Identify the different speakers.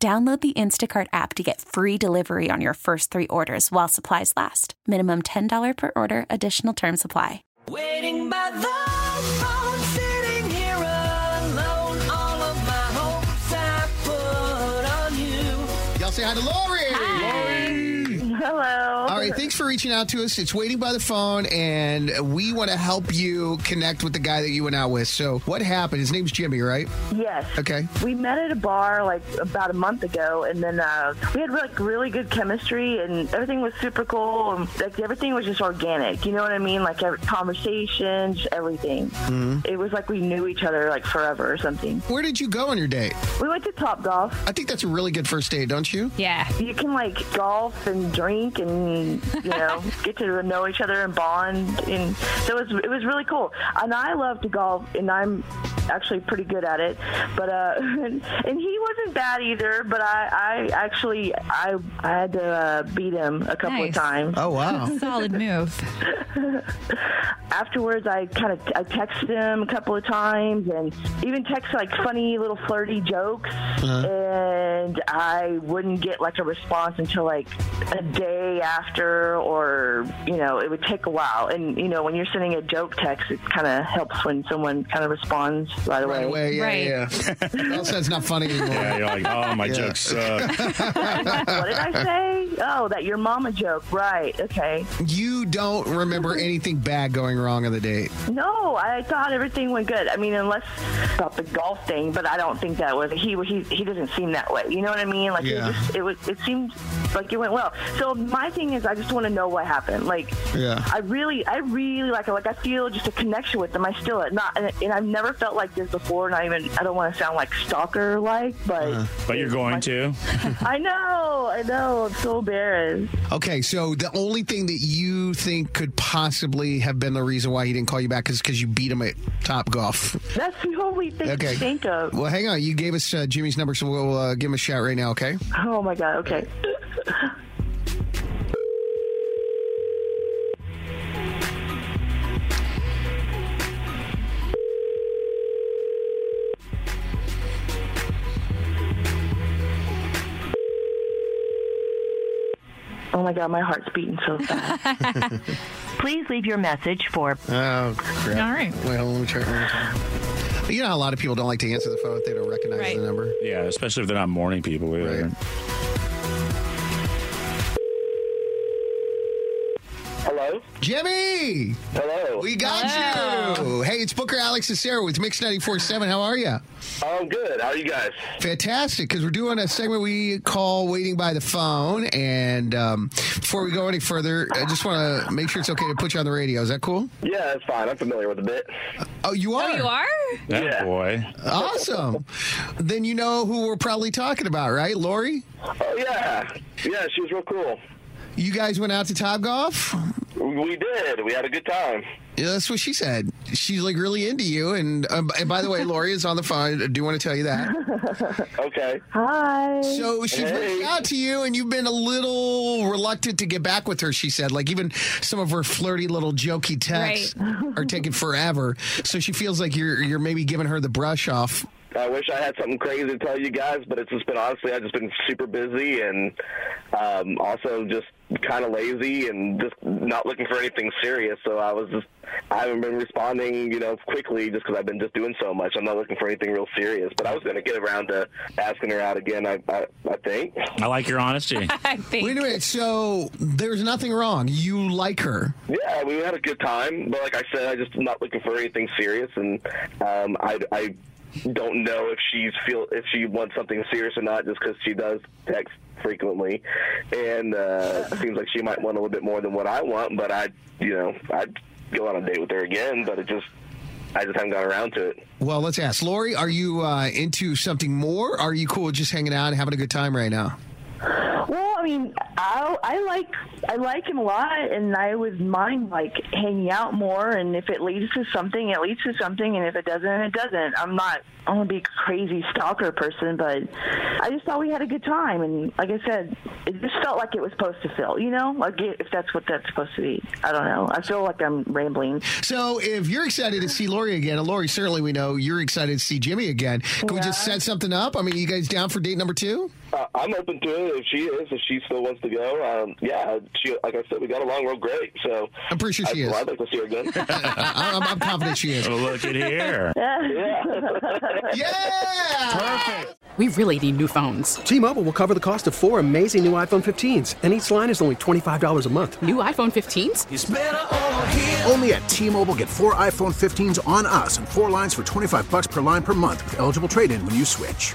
Speaker 1: Download the Instacart app to get free delivery on your first three orders while supplies last. Minimum $10 per order, additional term supply.
Speaker 2: Waiting by the phone, sitting here alone. All of my hopes I put on you.
Speaker 3: Y'all say hi to Lori.
Speaker 4: Hello.
Speaker 3: All right, thanks for reaching out to us. It's waiting by the phone, and we want to help you connect with the guy that you went out with. So, what happened? His name's Jimmy, right?
Speaker 4: Yes.
Speaker 3: Okay.
Speaker 4: We met at a bar like about a month ago, and then uh, we had like really good chemistry, and everything was super cool. And, like everything was just organic. You know what I mean? Like every, conversations, everything. It was like we knew each other like forever or something.
Speaker 3: Where did you go on your date?
Speaker 4: We went to Top Golf.
Speaker 3: I think that's a really good first date, don't you?
Speaker 5: Yeah.
Speaker 4: You can like golf and drink and you know get to know each other and bond, and so it was it was really cool. And I love to golf, and I'm actually pretty good at it. But uh, and he wasn't bad either. But I, I actually I I had to uh, beat him a couple
Speaker 5: Nice.
Speaker 4: of times.
Speaker 3: Oh, wow.
Speaker 5: Solid move.
Speaker 4: Afterwards, I kind of I texted him a couple of times and even text like funny little flirty jokes, and I wouldn't get like a response until like a day after, or you know, it would take a while. And you know, when you're sending a joke text, it kind of helps when someone kind of responds right away.
Speaker 3: Right away, yeah,
Speaker 5: Right.
Speaker 3: yeah. yeah. also, that's not funny anymore.
Speaker 6: Yeah, you're like, oh, my jokes suck.
Speaker 4: what did I say? Oh, that your mama joke, right? Okay.
Speaker 3: You don't remember anything bad going wrong on the date.
Speaker 4: No, I thought everything went good. I mean, unless about the golf thing, but I don't think that was he. He he doesn't seem that way. You know what I mean? Like
Speaker 3: Yeah.
Speaker 4: it, just, it was. It seemed like it went well. So my thing is, I just want to know what happened. Like,
Speaker 3: Yeah.
Speaker 4: I really, I really like it. Like I feel just a connection with them. I still not, and, and I've never felt like this before. Not even. I don't want to sound like stalker like, but
Speaker 3: Uh-huh.
Speaker 6: But you're going to.
Speaker 4: I know, I know. I'm so embarrassed.
Speaker 3: Okay, so the only thing that you think could possibly have been the reason why he didn't call you back is because you beat him at Top Golf.
Speaker 4: That's the only thing
Speaker 3: Okay.
Speaker 4: to think of.
Speaker 3: Well, hang on. You gave us uh, Jimmy's number, so we'll uh, give him a shout right now, okay?
Speaker 4: Oh my god. Okay. Oh my god, my heart's beating so fast.
Speaker 7: Please leave your message for
Speaker 3: Oh, crap.
Speaker 5: All right.
Speaker 3: Wait, hold on, let me try. Let me try. You know how a lot of people don't like to answer the phone if they don't recognize
Speaker 5: Right.
Speaker 3: the number?
Speaker 6: Yeah, especially if they're not morning people either.
Speaker 3: Right.
Speaker 4: Hello?
Speaker 3: Jimmy!
Speaker 4: Hello.
Speaker 3: We got you! Hey, it's Booker, Alex, and Sarah with Mix 94.7. How are you?
Speaker 4: I'm good. How are you guys?
Speaker 3: Fantastic, because we're doing a segment we call Waiting by the Phone. And um, before we go any further, I just want to make sure it's okay to put you on the radio. Is that cool?
Speaker 4: Yeah, it's fine. I'm familiar with the bit.
Speaker 3: Oh, you are?
Speaker 5: Oh, you are?
Speaker 6: That
Speaker 4: Yeah.
Speaker 6: boy.
Speaker 3: Awesome. then you know who we're probably talking about, right? Lori?
Speaker 4: Oh yeah. Yeah, she was real cool.
Speaker 3: You guys went out to Top Golf?
Speaker 4: We did. We had a good time.
Speaker 3: Yeah, that's what she said. She's like really into you. And um, and by the way, Lori is on the phone. I do want to tell you that.
Speaker 4: Okay.
Speaker 7: Hi.
Speaker 3: So she's
Speaker 4: Hey.
Speaker 3: reached out to you, and you've been a little reluctant to get back with her. She said, like even some of her flirty little jokey texts are taking forever. So she feels like you're you're maybe giving her the brush off.
Speaker 4: I wish I had something crazy to tell you guys, but it's just been honestly, I've just been super busy and um, also just kind of lazy and just not looking for anything serious. So I was just, I haven't been responding, you know, quickly just because I've been just doing so much. I'm not looking for anything real serious, but I was going to get around to asking her out again, I, I, I think.
Speaker 6: I like your honesty.
Speaker 5: I think.
Speaker 3: Wait a minute. So there's nothing wrong. You like her.
Speaker 4: Yeah, we had a good time, but like I said, I just not looking for anything serious, and um, I, I don't know if she's feel if she wants something serious or not, just because she does text frequently, and uh, it seems like she might want a little bit more than what I want. But I, you know, I'd go on a date with her again, but it just I just haven't got around to it.
Speaker 3: Well, let's ask Lori. Are you uh, into something more? Are you cool with just hanging out and having a good time right now?
Speaker 4: I mean, I, I like I like him a lot, and I would mind like hanging out more. And if it leads to something, it leads to something, and if it doesn't, it doesn't. I'm not I'm gonna be a crazy stalker person, but I just thought we had a good time, and like I said, it just felt like it was supposed to feel. You know, like if that's what that's supposed to be. I don't know. I feel like I'm rambling.
Speaker 3: So if you're excited to see Lori again, and Lori, certainly we know you're excited to see Jimmy again, can we just set something up? I mean, you guys down for date number two?
Speaker 7: Uh, I'm open to it if she is, if she still wants to go. Um, yeah, she, like I said, we got along real great. So
Speaker 3: I'm pretty sure she
Speaker 7: I,
Speaker 3: is.
Speaker 7: Well, I'd like to see her again.
Speaker 3: I- I'm, I'm confident she is.
Speaker 6: Oh, look at here.
Speaker 3: Yeah!
Speaker 6: Perfect.
Speaker 8: We really need new phones.
Speaker 9: T-Mobile will cover the cost of four amazing new iPhone 15s, and each line is only $25 a month.
Speaker 8: New iPhone 15s?
Speaker 10: It's better over here.
Speaker 11: Only at T-Mobile, get four iPhone 15s on us and four lines for 25 bucks per line per month with eligible trade-in when you switch.